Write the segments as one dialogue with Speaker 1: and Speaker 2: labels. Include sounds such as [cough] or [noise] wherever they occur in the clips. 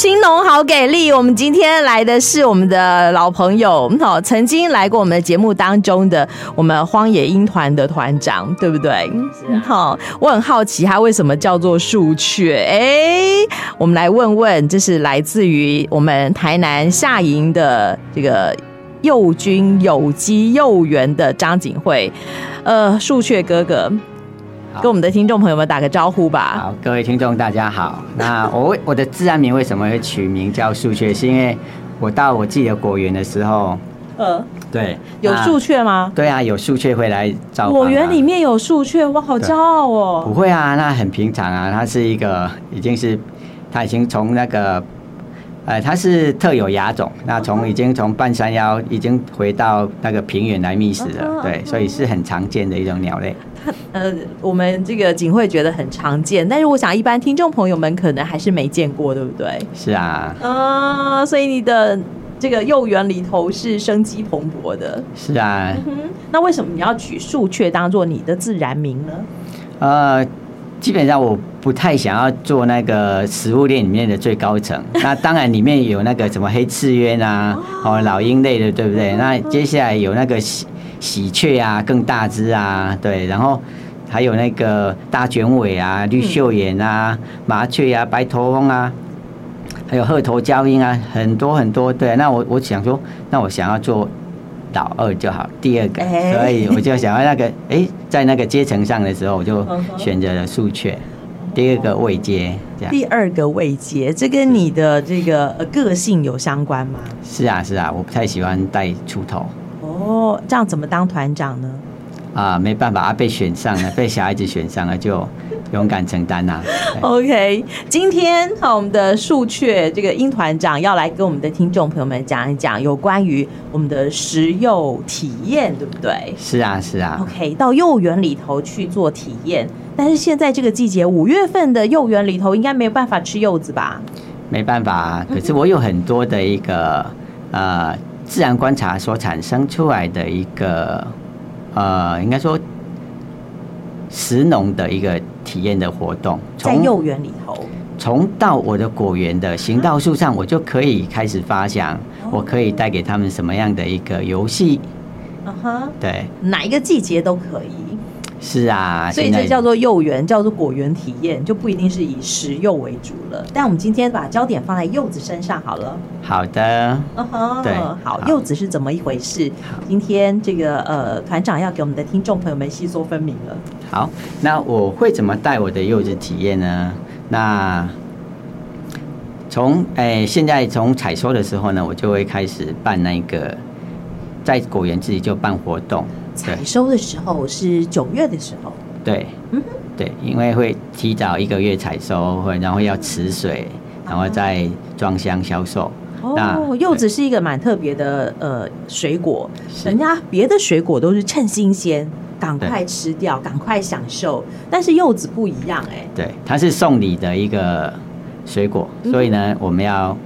Speaker 1: 青农好给力！我们今天来的是我们的老朋友，嗯好，曾经来过我们的节目当中的我们荒野鹰团的团长，对不对？
Speaker 2: 是啊
Speaker 1: 好，我很好奇它为什么叫做树雀？哎，我们来问问，这是来自于我们台南下营的这个幼军有机幼园的张景惠，呃，树雀哥哥，
Speaker 3: 好
Speaker 1: 跟我们的听众朋友们打个招呼吧。
Speaker 3: 好，各位听众大家好。那我为我 [laughs] 的自然名为什么会取名叫树雀？是因为我到我自己的果园的时候，
Speaker 1: 呃，
Speaker 3: 对，
Speaker 1: 有
Speaker 3: 那
Speaker 1: 树雀吗？
Speaker 3: 对啊，有树雀会来找、啊。
Speaker 1: 果园里面有树雀，哇，好骄傲
Speaker 3: 不
Speaker 1: 哦！
Speaker 3: 会啊，那很平常啊。它是一个已经是，它已经从那个，呃，它是特有亚种，那从已经从半山腰已经回到那个平原来觅食
Speaker 1: 嗯哼嗯
Speaker 3: 了，对，
Speaker 1: 哼
Speaker 3: 所以是很常见的一种鸟类。
Speaker 1: 呃，我们这个景会觉得很常见，但是我想一般听众朋友们可能还是没见过，对不对？
Speaker 3: 是啊，
Speaker 1: 啊、所以你的这个幼园里头是生机蓬勃的。
Speaker 3: 是啊。
Speaker 1: 嗯，那为什么你要取树雀当做你的自然名呢？
Speaker 3: 呃，基本上我不太想要做那个食物链里面的最高层。那当然里面有那个什么黑刺鸢啊，哦老鹰类的，对不对？那接下来有那个喜喜鹊啊，更大只啊，对，然后。还有那个大卷尾啊、绿袖眼啊、麻雀啊、白头翁啊，还有鹤头鹪鹰啊，很多很多。对，那我我想说，那我想要做老二就好，第二个，
Speaker 1: 哎
Speaker 3: 所以我就想要那个，哎、在那个阶层上的时候，我就
Speaker 1: 嗯哼
Speaker 3: 选择了树雀，第二个位阶，这样。
Speaker 1: 第二个位阶，这跟你的这个呃个性有相关吗？
Speaker 3: 是啊，是啊，我不太喜欢带出头
Speaker 1: 哦，这样怎么当团长呢？
Speaker 3: 啊，没办法啊，被选上了，被小孩子选上了，就勇敢承担呐、
Speaker 1: [laughs]
Speaker 3: 对
Speaker 1: OK，今天好，我们的树雀这个鹰团长要来跟我们的听众朋友们讲一讲有关于我们的食幼体验，对不对
Speaker 3: 是啊，是啊，
Speaker 1: ？OK，到幼园里头去做体验，但是现在这个季节，五月份的幼园里头应该没有办法吃柚子吧？
Speaker 3: 没办法、啊。可是我有很多的一个呃自然观察所产生出来的一个呃，应该说食农的一个体验的活动，
Speaker 1: 在
Speaker 3: 从
Speaker 1: 幼园里头，
Speaker 3: 从到我的果园的行道树上，我就可以开始发想
Speaker 1: 哦，
Speaker 3: 我可以带给他们什么样的一个游戏？
Speaker 1: 嗯哼，
Speaker 3: 对，
Speaker 1: 哪一个季节都可以，
Speaker 3: 是啊，
Speaker 1: 所以
Speaker 3: 现在
Speaker 1: 这叫做幼园，叫做果园体验，就不一定是以食幼为主了。但我们今天把焦点放在柚子身上好了。
Speaker 3: 好的。
Speaker 1: 嗯哼，
Speaker 3: 对
Speaker 1: 好，
Speaker 3: 好
Speaker 1: 柚子是怎么一回事？今天这个呃，团长要给我们的听众朋友们细说分明了。
Speaker 3: 好，那我会怎么带我的柚子体验呢？那从诶、现在从采收的时候呢，我就会开始办那个，在果园自己就办活动，对
Speaker 1: 采收的时候是九月的时候，
Speaker 3: 对，
Speaker 1: 嗯
Speaker 3: 对，因为会提早一个月采收，会然后要持水，然后再装箱销售。
Speaker 1: 哦，柚子是一个蛮特别的呃水果，
Speaker 3: 是
Speaker 1: 人家别的水果都是趁新鲜，赶快吃掉，赶快享受，但是柚子不一样哎、
Speaker 3: 对，它是送礼的一个水果，
Speaker 1: 嗯
Speaker 3: 所以呢，我们要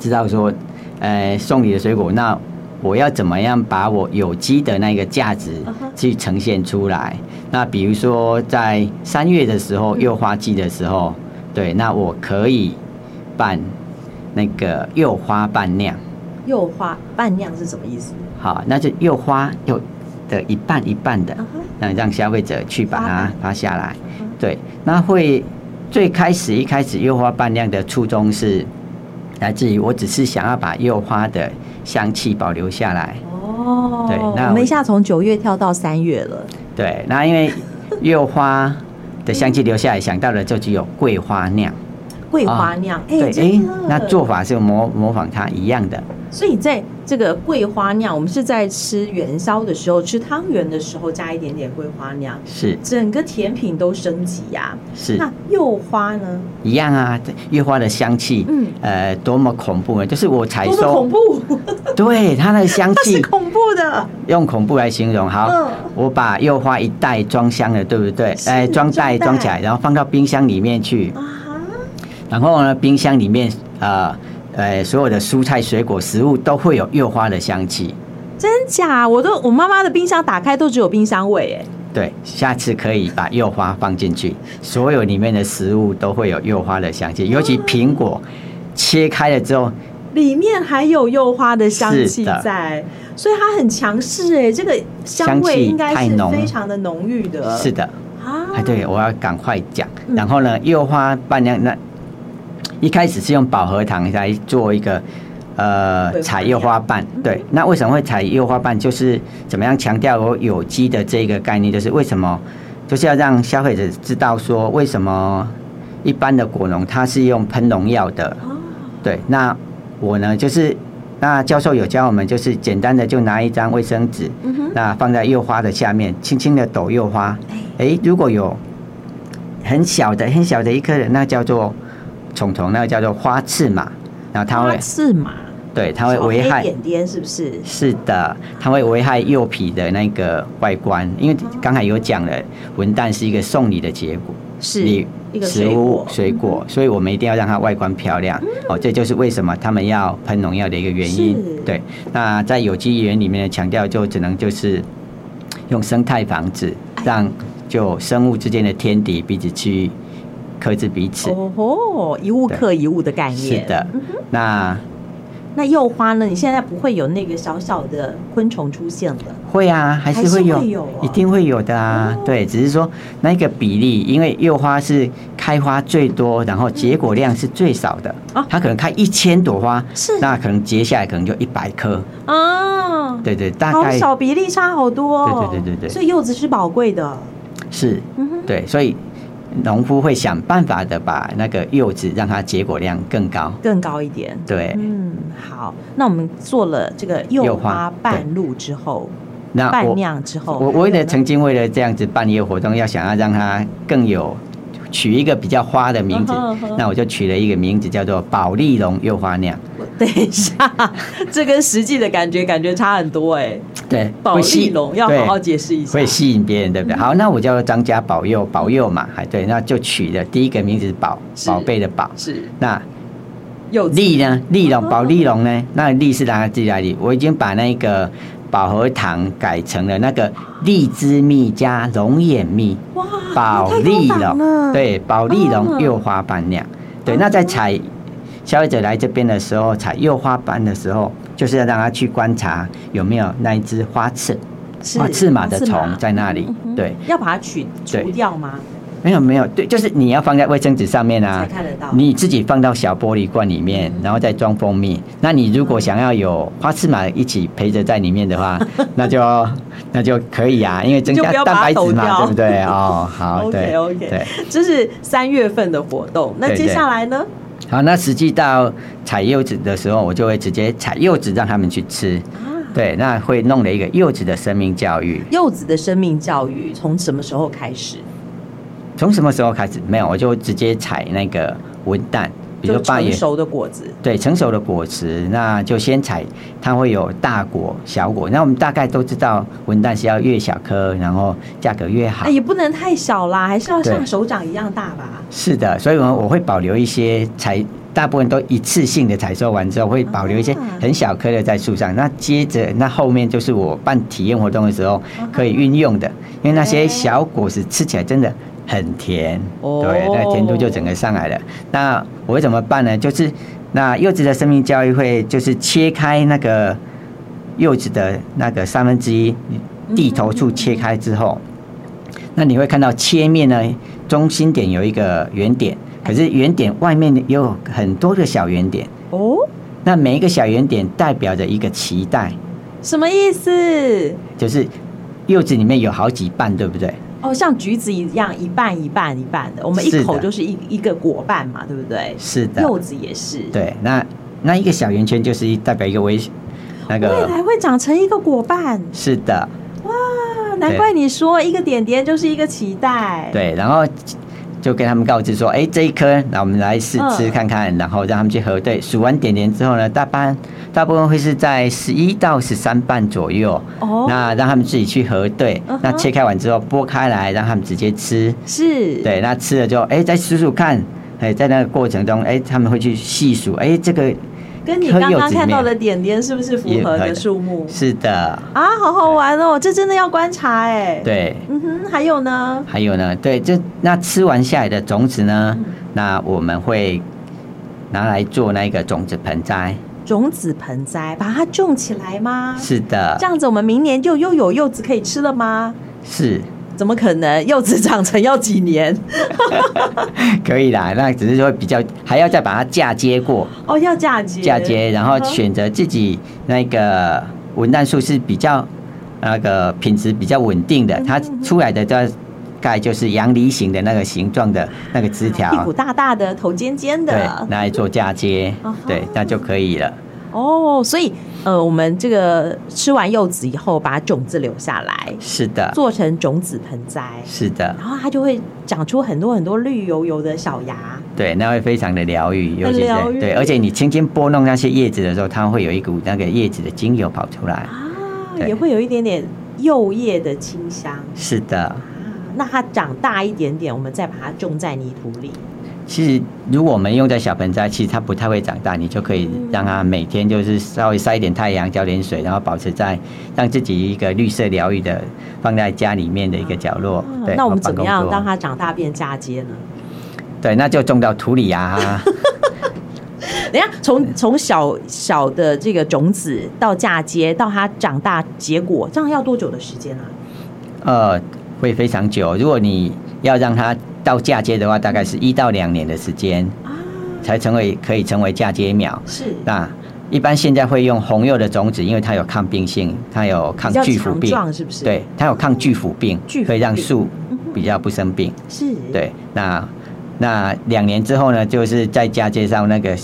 Speaker 3: 知道说，呃，送礼的水果，那我要怎么样把我有机的那个价值
Speaker 1: 嗯哼
Speaker 3: 去呈现出来？那比如说在三月的时候，
Speaker 1: 嗯
Speaker 3: 柚花季的时候，对，那我可以办那个柚花伴酿，
Speaker 1: 柚花半酿是什么意思？
Speaker 3: 好，那就柚花柚的一半一半的
Speaker 1: 嗯哼，
Speaker 3: 那让消费者去把
Speaker 1: 花
Speaker 3: 它
Speaker 1: 瓣
Speaker 3: 发下来
Speaker 1: 嗯哼。
Speaker 3: 对，那会最开始一开始柚花伴酿的初衷是来自于我只是想要把柚花的香气保留下来。
Speaker 1: 哦，
Speaker 3: 对那
Speaker 1: 我们
Speaker 3: 我
Speaker 1: 一下从九月跳到三月了，
Speaker 3: 对，那因为柚花的香气留下来，想到的就只有桂花酿。
Speaker 1: 桂花酿，哎、
Speaker 3: 啊对，
Speaker 1: 真的
Speaker 3: 那做法是模模仿它一样的。
Speaker 1: 所以在这个桂花酿，我们是在吃元宵的时候、吃汤圆的时候加一点点桂花酿，
Speaker 3: 是
Speaker 1: 整个甜品都升级呀、
Speaker 3: 是。
Speaker 1: 那柚花呢？
Speaker 3: 一样啊，月花的香气，
Speaker 1: 嗯
Speaker 3: 呃，多么恐怖呢！就是我采
Speaker 1: 多么恐
Speaker 3: 收，
Speaker 1: 怖！
Speaker 3: 对它的香
Speaker 1: 它是 [laughs]
Speaker 3: 气，
Speaker 1: 恐怖的。
Speaker 3: 用恐怖来形容。好，
Speaker 1: 嗯
Speaker 3: 我把柚花一袋装箱了，对不对？
Speaker 1: 是
Speaker 3: 哎，装袋
Speaker 1: 装袋
Speaker 3: 装起来，然后放到冰箱里面去。
Speaker 1: 啊哈！
Speaker 3: 然后呢，冰箱里面呃呃所有的蔬菜、水果、食物都会有柚花的香气。
Speaker 1: 真假？我都我妈妈的冰箱打开都只有冰箱味哎。
Speaker 3: 对，下次可以把柚
Speaker 1: 嗯
Speaker 3: 花放进去，所有里面的食物都会有柚花的香气，尤其苹果。切开了之后，
Speaker 1: 里面还有柚花的香气
Speaker 3: 是的
Speaker 1: 在，所以它很强势哎，这个香
Speaker 3: 香
Speaker 1: 味
Speaker 3: 气
Speaker 1: 应该
Speaker 3: 太
Speaker 1: 是
Speaker 3: 浓
Speaker 1: 非常的浓郁的。
Speaker 3: 是的，
Speaker 1: 啊，
Speaker 3: 哎，对，我要赶快讲
Speaker 1: 嗯。
Speaker 3: 然后呢，柚花伴娘那一开始是用饱和糖来做一个
Speaker 1: 桂
Speaker 3: 呃
Speaker 1: 花
Speaker 3: 采柚花瓣
Speaker 1: 嗯，
Speaker 3: 对。那为什么会采柚花瓣？就是怎么样强调我有机的这个概念，就是为什么就是要让消费者知道说为什么一般的果农它是用喷农药的，
Speaker 1: 啊，
Speaker 3: 对。那我呢就是。那教授有教我们，就是简单的就拿一张卫生纸，
Speaker 1: 嗯哼，
Speaker 3: 那放在柚花的下面，轻轻的抖柚花。
Speaker 1: 哎
Speaker 3: 诶，如果有很小的、很小的一颗的，那叫做虫虫，那个叫做花刺嘛。然后它
Speaker 1: 花
Speaker 3: 会，
Speaker 1: 刺嘛，
Speaker 3: 对，它会
Speaker 1: 小
Speaker 3: 危
Speaker 1: 黑
Speaker 3: 害，
Speaker 1: 哦点点是不是？
Speaker 3: 是的，它会危害柚皮的那个外观。因为刚才有讲了，文旦是一个送礼的结果，
Speaker 1: 是
Speaker 3: 你
Speaker 1: 一个
Speaker 3: 食
Speaker 1: 水
Speaker 3: 物
Speaker 1: 果，嗯
Speaker 3: 水果，所以我们一定要让它外观漂亮。哦，这就是为什么他们要喷农药的一个原因
Speaker 1: 是。
Speaker 3: 对，那在有机园里面的强调就只能就是用生态防治，
Speaker 1: 哎
Speaker 3: 让就生物之间的天敌彼此去克制彼此。
Speaker 1: 哦嗯吼，一物
Speaker 3: 对
Speaker 1: 克一物的概
Speaker 3: 是
Speaker 1: 念。
Speaker 3: 的，那
Speaker 1: 那柚花呢？你现在不会有那个小小的昆虫出现了，
Speaker 3: 会啊，还是会有，
Speaker 1: 还是会有啊哦
Speaker 3: 一定会有的啊。对，只是说那个比例，因为柚花是开花最多，然后结果量是最少的。
Speaker 1: 啊
Speaker 3: 它可能开一千朵花，
Speaker 1: 是
Speaker 3: 那可能结下来可能就一百颗。
Speaker 1: 啊，
Speaker 3: 对对，大
Speaker 1: 好
Speaker 3: 概
Speaker 1: 少，比例差好多、哦。
Speaker 3: 对对对对对
Speaker 1: 所以柚子是宝贵的。
Speaker 3: 是
Speaker 1: 嗯哼，
Speaker 3: 对，所以农夫会想办法的把那个柚子让它结果量更高。
Speaker 1: 更高一点。
Speaker 3: 对，
Speaker 1: 嗯，好，那我们做了这个柚
Speaker 3: 柚
Speaker 1: 花
Speaker 3: 花
Speaker 1: 半露之后，
Speaker 3: 那
Speaker 1: 半哦
Speaker 3: 我
Speaker 1: 酿之后，
Speaker 3: 我我为了
Speaker 1: 成
Speaker 3: 曾经为了这样子办一个活动，要想要让它更有取一个比较花的名字
Speaker 1: 嗯哼嗯哼，
Speaker 3: 那我就取了一个名字叫做宝丽龙柚花酿。
Speaker 1: [laughs] 等一下，这跟实际的感觉感觉差很多哎。
Speaker 3: 对，
Speaker 1: 宝
Speaker 3: 会吸
Speaker 1: 丽龙要好好
Speaker 3: 对
Speaker 1: 解释一下
Speaker 3: 会。吸引别人，对不对？好，那我叫张家宝佑，宝佑嘛，还对，那就取的第一个名字是宝，
Speaker 1: 是
Speaker 3: 宝贝的宝。
Speaker 1: 是
Speaker 3: 那
Speaker 1: 柚子
Speaker 3: 利呢？利
Speaker 1: 哦
Speaker 3: 龙宝利龙呢？那利是哪自己来利？我已经把那个饱和糖改成了那个荔枝蜜加龙眼蜜，
Speaker 1: 哇，
Speaker 3: 宝
Speaker 1: 你
Speaker 3: 利
Speaker 1: 太高档
Speaker 3: 龙
Speaker 1: 了，
Speaker 3: 对，宝利
Speaker 1: 哦
Speaker 3: 龙柚花瓣酿。对，
Speaker 1: 哦
Speaker 3: 那在采消费者来这边的时候，采柚花瓣的时候，就是要让他去观察有没有那一只花刺，
Speaker 1: 是
Speaker 3: 花啊哦刺马的
Speaker 1: 刺
Speaker 3: 虫在那里
Speaker 1: 嗯哼。
Speaker 3: 对，
Speaker 1: 要把它取
Speaker 3: 对
Speaker 1: 除掉吗？
Speaker 3: 没有没有，对，就是你要放在卫生纸上面啊
Speaker 1: 才，看得到嗯
Speaker 3: 你自己放到小玻璃罐里面，然后再装蜂蜜。那你如果想要有花刺马一起陪着在里面的
Speaker 1: [laughs]
Speaker 3: 话，那就那就可以啊，因为增
Speaker 1: 你就
Speaker 3: 加
Speaker 1: 不要
Speaker 3: 蛋
Speaker 1: 把它
Speaker 3: 白质
Speaker 1: 抖掉
Speaker 3: 嘛，对不对？
Speaker 1: [laughs]
Speaker 3: 哦，好，对
Speaker 1: OK，OK
Speaker 3: 对。
Speaker 1: 这是三月份的活动，那
Speaker 3: 对
Speaker 1: 接
Speaker 3: 对
Speaker 1: 下来呢？
Speaker 3: 好，那实际到采柚子的时候，我就会直接采柚子让他们去吃。对，那会弄了一个柚子的生命教育。
Speaker 1: 啊柚子的生命教育从什么时候开始？
Speaker 3: 从什么时候开始？没有，我就直接采那个文旦，比如
Speaker 1: 就
Speaker 3: 说八
Speaker 1: 成
Speaker 3: 月。
Speaker 1: 熟的果子，
Speaker 3: 对，成熟的果实，那就先采，它会有大果、小果。那我们大概都知道，文旦是要越小颗，然后价格越好。
Speaker 1: 哎，也不能太小啦，还是要像
Speaker 3: 对
Speaker 1: 手掌一样大吧？
Speaker 3: 是的，所以我我会保留一些采，大部分都一次性的采收完之后，会保留一些
Speaker 1: 啊
Speaker 3: 很小颗的在树上。那接着，那后面就是我办体验活动的时
Speaker 1: 啊
Speaker 3: 候可以运用的，因为那些小果实吃起来真的很甜，
Speaker 1: 哎哦
Speaker 3: 对，那个甜度就整个上来了。那我会怎么办呢？就是那柚子的生命教育会，就是切开那个柚子的那个三分之一地头处切开之后。那你会看到切面呢，中心点有一个圆点，可是圆点外面有很多个小圆点，
Speaker 1: 哦，
Speaker 3: 那每一个小圆点代表着一个脐带，
Speaker 1: 什么意思？
Speaker 3: 就是柚子里面有好几瓣，对不对？
Speaker 1: 哦，像橘子一样，一半一半一半的，我们一
Speaker 3: 是
Speaker 1: 口
Speaker 3: 的
Speaker 1: 就是一一个果瓣嘛，对不对？
Speaker 3: 是的，
Speaker 1: 柚子也是，，
Speaker 3: 对，那那一个小圆圈就是代表一个微那
Speaker 1: 未
Speaker 3: 个。
Speaker 1: 来会长成一个果瓣
Speaker 3: 是的，
Speaker 1: 啊！难怪你说一个点点就是一个期待，，
Speaker 3: 对，然后就跟他们告知说，哎，这一颗，那我们来试
Speaker 1: 嗯
Speaker 3: 吃看看，然后让他们去核对。数完点点之后呢，大半大部分会是在十一到十三瓣左右，
Speaker 1: 哦，
Speaker 3: 那让他们自己去核对
Speaker 1: 嗯哼。
Speaker 3: 那切开完之后剥开来，让他们直接吃。
Speaker 1: 是，，
Speaker 3: 对，那吃了之后，哎，再数数看。哎，在那个过程中，哎，他们会去细数，哎，这个
Speaker 1: 跟你
Speaker 3: 喝
Speaker 1: 刚
Speaker 3: 柚
Speaker 1: 刚
Speaker 3: 子
Speaker 1: 看
Speaker 3: 面
Speaker 1: 到的点点是不是符
Speaker 3: 也
Speaker 1: 合
Speaker 3: 合
Speaker 1: 的
Speaker 3: 的
Speaker 1: 数目
Speaker 3: 是的，
Speaker 1: 啊？好好玩哦，这真的要观察哎，，
Speaker 3: 对。
Speaker 1: 嗯哼，还有呢，嗯
Speaker 3: 还有呢，对，这那吃完下来的种子呢，那我们会拿来做那个种子盆栽。
Speaker 1: 种子盆栽，把它种起来吗？
Speaker 3: 是的
Speaker 1: 这，样子，我们明年就又有柚子可以吃了吗？
Speaker 3: 是
Speaker 1: 怎么可能？柚子长成要几年？
Speaker 3: 可以啦。那只是说比较，还要再把它嫁接过，
Speaker 1: 哦，要嫁接，
Speaker 3: 嫁接，然后
Speaker 1: 嗯哼
Speaker 3: 选择自己那个文旦树是比较那个品质比较稳定的，
Speaker 1: 嗯
Speaker 3: 它出来的大概就是阳梨形的那个形状的那个枝
Speaker 1: 屁股
Speaker 3: 条，
Speaker 1: 大大的，头尖尖
Speaker 3: 对，
Speaker 1: 的。
Speaker 3: 拿来做嫁接
Speaker 1: 嗯哼，
Speaker 3: 对，那就可以了。
Speaker 1: 哦，所以呃，我们这个吃完柚子以后，把种子留下来，
Speaker 3: 是的，
Speaker 1: 做成种子盆栽，
Speaker 3: 是的，
Speaker 1: 然后它就会长出很多很多绿油油的小芽。
Speaker 3: 对，那会非常的疗愈，尤其是
Speaker 1: 疗愈
Speaker 3: 对，而且你轻轻拨弄那些叶子的时候，它会有一股那个叶子的精油跑出来。
Speaker 1: 啊，
Speaker 3: 对
Speaker 1: 也会有一点点柚叶的清香。
Speaker 3: 是的，
Speaker 1: 啊，那它长大一点点，我们再把它种在泥土里。
Speaker 3: 其实如果我们用在小盆栽，其实它不太会长大，你就可以让它每天就是稍微晒一点太阳，浇点水，然后保持在让自己一个绿色疗愈的放在家里面的一个角落。
Speaker 1: 啊
Speaker 3: 对，
Speaker 1: 那我们
Speaker 3: 或
Speaker 1: 怎么
Speaker 3: 办公
Speaker 1: 样
Speaker 3: 桌
Speaker 1: 让它长大变嫁接呢？
Speaker 3: 对，那就种到土里
Speaker 1: [laughs]
Speaker 3: 啊。
Speaker 1: 等一下从从小小的这个种子到嫁接，到它长大结果，这样要多久的时间啊？
Speaker 3: 呃，会非常久。如果你要让它到嫁接的话，大概是一到两年的时间
Speaker 1: 啊，
Speaker 3: 才成为可以成为嫁接苗。
Speaker 1: 是
Speaker 3: 那一般现在会用红柚的种子，因为它有抗病性，它有抗
Speaker 1: 比较
Speaker 3: 巨腐
Speaker 1: 强
Speaker 3: 病，
Speaker 1: 壮是不是？
Speaker 3: 对，，它有抗巨腐病，
Speaker 1: 巨腐
Speaker 3: 可以让
Speaker 1: 病嗯
Speaker 3: 树比较不生病。
Speaker 1: 是，，
Speaker 3: 对，那那两年之后呢，就是再嫁接上那个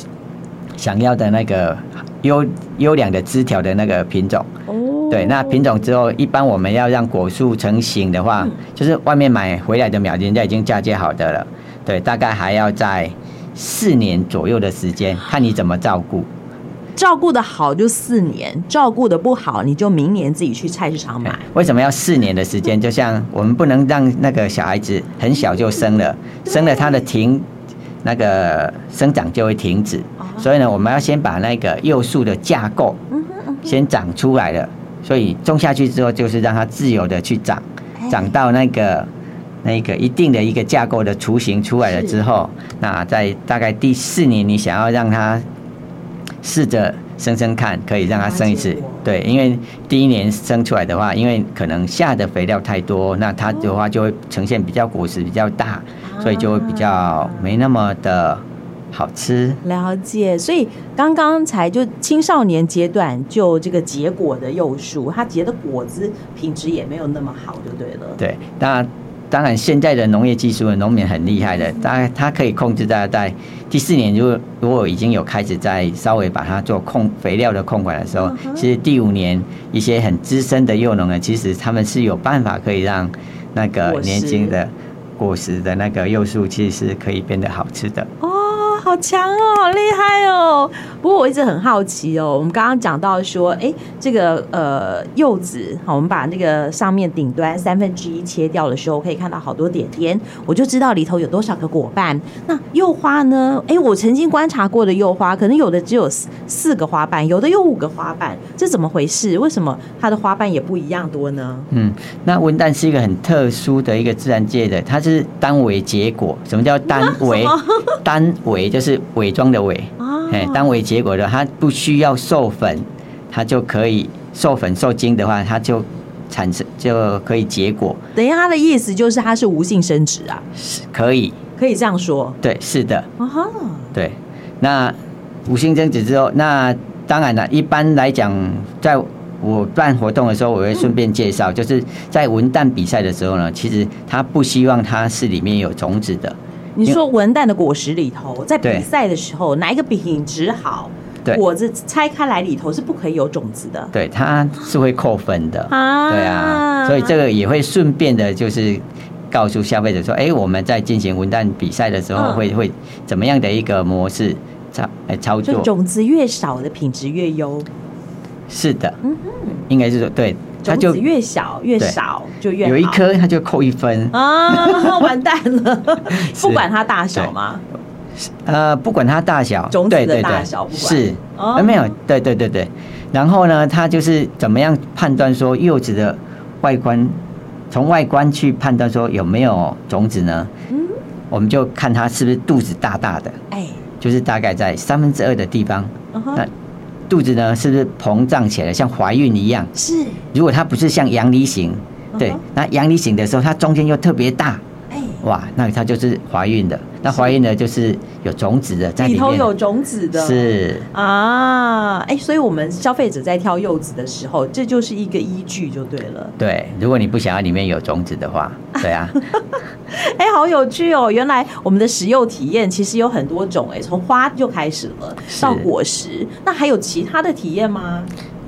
Speaker 3: 想要的那个优优良的枝条的那个品种。
Speaker 1: 哦，
Speaker 3: 对，那品种之后，一般我们要让果树成型的话，
Speaker 1: 嗯
Speaker 3: 就是外面买回来的苗，人家已经嫁接好的了。对，大概还要在四年左右的时间，看你怎么照顾。
Speaker 1: 照顾的好就四年，照顾的不好你就明年自己去菜市场买。
Speaker 3: 为什么要四年的时间？就像我们不能让那个小孩子很小就生了，生了他的停那个生长就会停止。所以呢，我们要先把那个幼树的架构
Speaker 1: 嗯
Speaker 3: 先长出来了。所以种下去之后，就是让它自由的去长，
Speaker 1: 哎
Speaker 3: 长到那个那个一定的一个架构的雏形出来了之后，那在大概第四年，你想要让它试着生生看，可以让它生一次
Speaker 1: 了解我。
Speaker 3: 对，因为第一年生出来的话，因为可能下的肥料太多，那它的话就会呈现比较果实比较大，
Speaker 1: 啊
Speaker 3: 所以就会比较没那么的好吃。
Speaker 1: 了解，所以刚刚才就青少年阶段就这个结果的幼树，它结的果子品质也没有那么好，就对了。
Speaker 3: 对，那当然现在的农业技术的农民很厉害的，它它可以控制在在第四年，如果如果已经有开始在稍微把它做控肥料的控管的时候，
Speaker 1: 嗯
Speaker 3: 其实第五年一些很资深的幼农呢，其实他们是有办法可以让那个
Speaker 1: 果实
Speaker 3: 年轻的。果实的那个幼树其实是可以变得好吃的，
Speaker 1: 哦，好强哦，好厉害哦！不过我一直很好奇哦，我们刚刚讲到说，哎，这个呃柚子，好，我们把那个上面顶端三分之一切掉的时候，可以看到好多点点，我就知道里头有多少个果瓣。那柚花呢？哎，我曾经观察过的柚花，可能有的只有四四个花瓣，有的有五个花瓣，这怎么回事？为什么它的花瓣也不一样多呢？
Speaker 3: 嗯，那文旦是一个很特殊的一个自然界的，它是单维结果。 [laughs] 什么叫单维？单维就是伪装的伪，
Speaker 1: 啊，
Speaker 3: 哎，单为结果的，它不需要授粉，它就可以授粉受精的话，它就产生就可以结果，
Speaker 1: 等一下，它的意思就是它是无性生殖啊，
Speaker 3: 是可以，
Speaker 1: 可以这样说
Speaker 3: 对，是的，
Speaker 1: 啊哈。
Speaker 3: 对。那无性增殖之后，那当然了，一般来讲，在我办活动的时候，我会顺便介
Speaker 1: 嗯
Speaker 3: 绍，就是在文旦比赛的时候呢，其实他不希望它是里面有种子的，
Speaker 1: 你说文旦的果实里头，在比
Speaker 3: 对
Speaker 1: 赛的时候，哪一个品质好？
Speaker 3: 对
Speaker 1: 果子拆开来里头是不可以有种子的。
Speaker 3: 对，它是会扣分的。
Speaker 1: 啊
Speaker 3: 对啊，所以这个也会顺便的，就是告诉消费者说，哎、我们在进行文旦比赛的时候
Speaker 1: 嗯
Speaker 3: 会，会、怎么样的一个模式操来操
Speaker 1: 就
Speaker 3: 作？
Speaker 1: 种子越少的品质越优，
Speaker 3: 是的，
Speaker 1: 嗯
Speaker 3: 应该是说对，它
Speaker 1: 种
Speaker 3: 就
Speaker 1: 子越小越
Speaker 3: 对
Speaker 1: 少就越好
Speaker 3: 有一颗它就扣一分。
Speaker 1: 啊， [laughs] 完蛋
Speaker 3: [laughs]
Speaker 1: 了！
Speaker 3: 是
Speaker 1: 不管它大小嘛，
Speaker 3: 呃，不管它大小，
Speaker 1: 种子
Speaker 3: 对
Speaker 1: 的
Speaker 3: 对
Speaker 1: 大
Speaker 3: 对，
Speaker 1: 小不管
Speaker 3: 是，
Speaker 1: 哦
Speaker 3: 呃没有，对对对对。然后呢，它就是怎么样判断说柚子的外观，从外观去判
Speaker 1: 嗯
Speaker 3: 断说有没有种子呢？我们就看它是不是肚子大大的，
Speaker 1: 哎，
Speaker 3: 就是大概在三分之二的地方。
Speaker 1: 嗯哼
Speaker 3: 那肚子呢，是不是膨胀起来，像怀孕一样？
Speaker 1: 是，
Speaker 3: 如果它不是像阳梨型，对
Speaker 1: 嗯哼，
Speaker 3: 那阳梨型的时候，它中间又特别大，
Speaker 1: 哎，
Speaker 3: 哇，那它就是怀孕的。那怀孕的就是有种子的在
Speaker 1: 里
Speaker 3: 里
Speaker 1: 头
Speaker 3: 面，
Speaker 1: 有种子的，
Speaker 3: 是
Speaker 1: 啊，哎，所以我们消费者在挑柚子的时候，这就是一个依据就对了。
Speaker 3: 对。如果你不想要里面有种子
Speaker 1: [laughs]
Speaker 3: 的话，对啊，
Speaker 1: 哎，好有趣哦！原来我们的食用体验其实有很多种，哎，从花就开始了，
Speaker 3: 是
Speaker 1: 到果实，那还有其他的体验吗？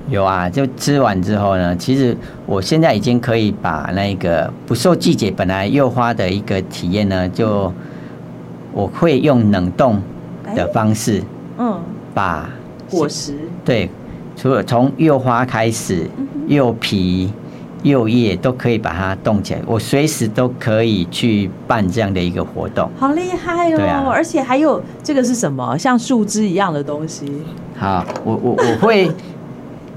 Speaker 3: 有啊。就吃完之后呢，其实我现在已经可以把那个不受季节本来幼花的一个体验呢，就我会用冷冻
Speaker 1: 哎
Speaker 3: 的方式
Speaker 1: 嗯，
Speaker 3: 把
Speaker 1: 果实，
Speaker 3: 对，除了从幼花开始，
Speaker 1: 嗯
Speaker 3: 幼皮、幼叶都可以把它冻起来，我随时都可以去办这样的一个活动。
Speaker 1: 好厉害哦！
Speaker 3: 对啊
Speaker 1: 而且还有这个是什么？像树枝一样的东西，
Speaker 3: 好，我我我
Speaker 1: [laughs]
Speaker 3: 会。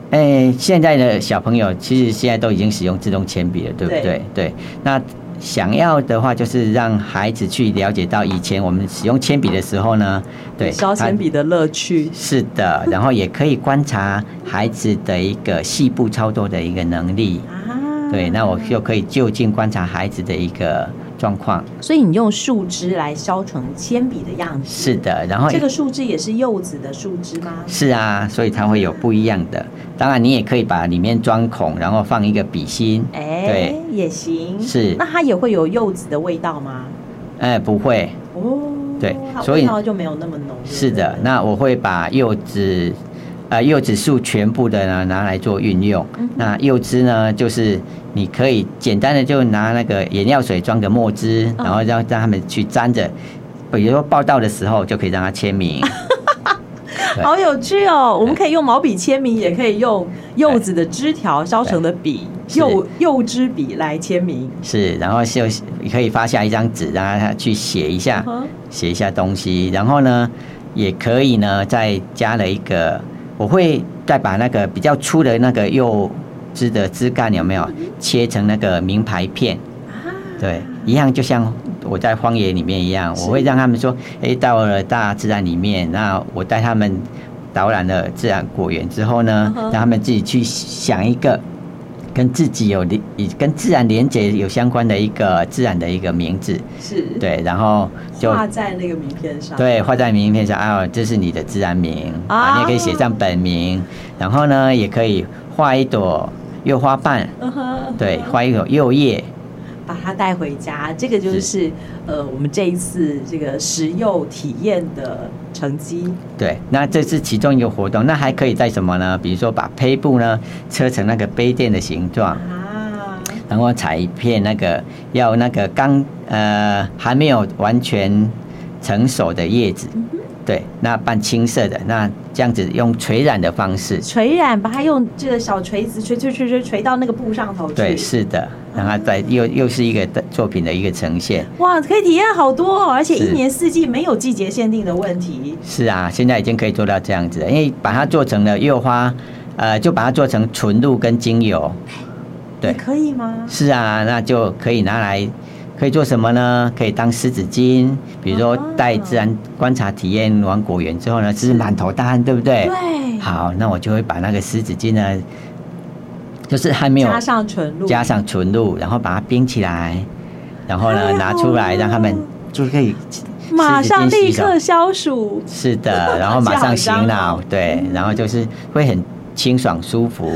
Speaker 3: 哎、现在的小朋友其实现在都已经使用自动铅笔了，对不对？
Speaker 1: 对
Speaker 3: 对，那想要的话，就是让孩子去了解到以前我们使用铅笔的时候呢，对，
Speaker 1: 削
Speaker 3: 他
Speaker 1: 铅笔的乐趣。
Speaker 3: 是的，然后也可以观察孩子的一个细部操作的一个能力。
Speaker 1: 啊，
Speaker 3: 对，那我就可以就近观察孩子的一个状况。
Speaker 1: 所以你用树枝来削成铅笔的样子，
Speaker 3: 是的，然后
Speaker 1: 这个树枝也是柚子的树枝吗？
Speaker 3: 是啊，所以它会有不一样的。当然，你也可以把里面钻孔，然后放一个笔芯。
Speaker 1: 哎
Speaker 3: 对，，
Speaker 1: 也行。
Speaker 3: 是
Speaker 1: 那它也会有柚子的味道吗？
Speaker 3: 哎，不会，
Speaker 1: 哦，
Speaker 3: 对
Speaker 1: 它
Speaker 3: 所以
Speaker 1: 味道就没有那么浓。
Speaker 3: 是
Speaker 1: 对不
Speaker 3: 的
Speaker 1: 对。
Speaker 3: 那我会把柚子，呃，柚子树全部的呢拿来做运用。
Speaker 1: 嗯
Speaker 3: 那柚汁呢，就是你可以简单的就拿那个眼药水装个墨汁，
Speaker 1: 嗯
Speaker 3: 然后让让他们去沾着。比如说报道的时候，就可以让他签名。对
Speaker 1: 好有趣哦！我们可以用毛笔签名，也可以用柚子的枝条削成的笔，
Speaker 3: 是
Speaker 1: 柚柚枝笔来签名。
Speaker 3: 是，然后就可以发下一张纸，让他去写一下
Speaker 1: 嗯哼，
Speaker 3: 写一下东西。然后呢，也可以呢，再加了一个，我会再把那个比较粗的那个柚枝的枝干有没
Speaker 1: 嗯
Speaker 3: 有切成那个名牌片？
Speaker 1: 啊
Speaker 3: 对，一样就像我在荒野里面一样，我会让他们说，诶，到了大自然里面，那我带他们导览了自然果园之后呢
Speaker 1: 嗯，哼
Speaker 3: 让他们自己去想一个跟自己有连以跟自然连接有相关的一个自然的一个名字，
Speaker 1: 是，，
Speaker 3: 对，然后就
Speaker 1: 嗯画在那个名片上。
Speaker 3: 对画在名片上，啊，这是你的自然名
Speaker 1: 啊
Speaker 3: 啊，你也可以写上本
Speaker 1: 哦
Speaker 3: 名，然后呢，也可以画一朵柚花瓣，
Speaker 1: 嗯哼，
Speaker 3: 对，画一朵柚叶，
Speaker 1: 把它带回家，这个就是
Speaker 3: 是
Speaker 1: 呃，我们这一次这个食柚体验的成绩。
Speaker 3: 对，那这是其中一个活动，那还可以在什么呢？比如说把胚布呢车成那个杯垫的形状，
Speaker 1: 啊，
Speaker 3: 然后采一片那个要那个刚呃还没有完全成熟的叶子，对，那拌青色的，那这样子用垂染的方式，
Speaker 1: 垂染，把它用这个小锤子锤锤锤锤锤到那个布上头去。
Speaker 3: 对，是的，让它在又又是一个作品的一个呈现。
Speaker 1: 哇，可以体验好多哦，而且一
Speaker 3: 是
Speaker 1: 年四季没有季节限定的问题。
Speaker 3: 是啊，现在已经可以做到这样子了，因为把它做成了柚花，呃，就把它做成纯露跟精油，对
Speaker 1: 也，可以吗？
Speaker 3: 是啊，那就可以拿来，可以做什么呢？可以当湿纸巾，比如说
Speaker 1: 啊
Speaker 3: 带自然观察体验完果园之后呢，是满头大汗，对不对？
Speaker 1: 对
Speaker 3: 好，那我就会把那个湿纸巾呢，就是还没有
Speaker 1: 加上纯露，
Speaker 3: 加上纯露，然后把它冰起来，然后
Speaker 1: 太
Speaker 3: 呢
Speaker 1: 好
Speaker 3: 拿出来，
Speaker 1: 了
Speaker 3: 让他们就可以湿纸巾
Speaker 1: 哎马上立
Speaker 3: 洗手
Speaker 1: 刻消暑。
Speaker 3: 是
Speaker 1: [laughs]
Speaker 3: 的，然后马上醒脑，对，然后就是会很清爽舒服，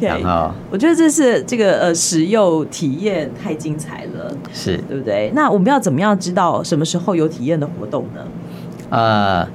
Speaker 3: 然
Speaker 1: OK，
Speaker 3: 后
Speaker 1: 我觉得这是这个呃食柚体验太精彩了，
Speaker 3: 是
Speaker 1: 对不对？那我们要怎么样知道什么时候有体验的活动呢？
Speaker 3: 呃，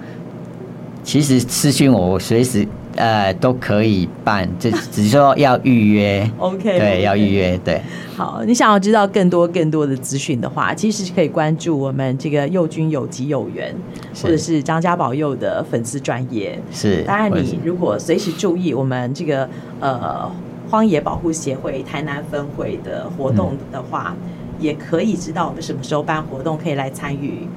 Speaker 3: 其实私讯我，我随时呃都可以办，这只是说要预约
Speaker 1: OK，
Speaker 3: 对，要预
Speaker 1: 约。
Speaker 3: 约，对，
Speaker 1: 好，你想要知道更多更多的资讯的话，其实是可以关注我们这个幼君有疾有缘，
Speaker 3: 是
Speaker 1: 或者是张家宝幼的粉丝专业。
Speaker 3: 是。
Speaker 1: 当然，
Speaker 3: 我
Speaker 1: 你如果随时注意我们这个呃荒野保护协会台南分会的
Speaker 3: 嗯
Speaker 1: 活动的话，也可以知道我们什么时候办活动，可以来参与。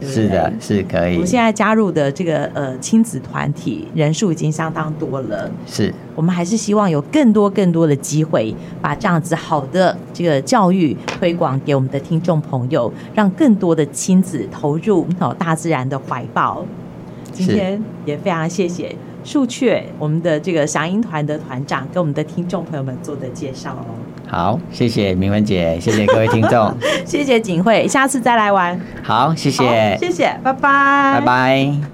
Speaker 1: 对不
Speaker 3: 是的哎
Speaker 1: 对，
Speaker 3: 是可
Speaker 1: 我
Speaker 3: 以
Speaker 1: 们，现在加入的这个呃亲子团体人数已经相当多了，
Speaker 3: 是
Speaker 1: 我们还是希望有更多更多的机会，把这样子好的这个教育推广给我们的听众朋友，让更多的亲子投入哦大自然的怀抱。今天也非常谢谢树雀我们的这个祥鹰团的团长跟我们的听众朋友们做的介绍哦，
Speaker 3: 好，谢谢明文姐，谢谢各位听
Speaker 1: [laughs]
Speaker 3: 众，
Speaker 1: 谢谢景惠，下次再来玩，
Speaker 3: 好，谢
Speaker 1: 好
Speaker 3: 谢，
Speaker 1: 谢谢，拜拜，
Speaker 3: 拜拜。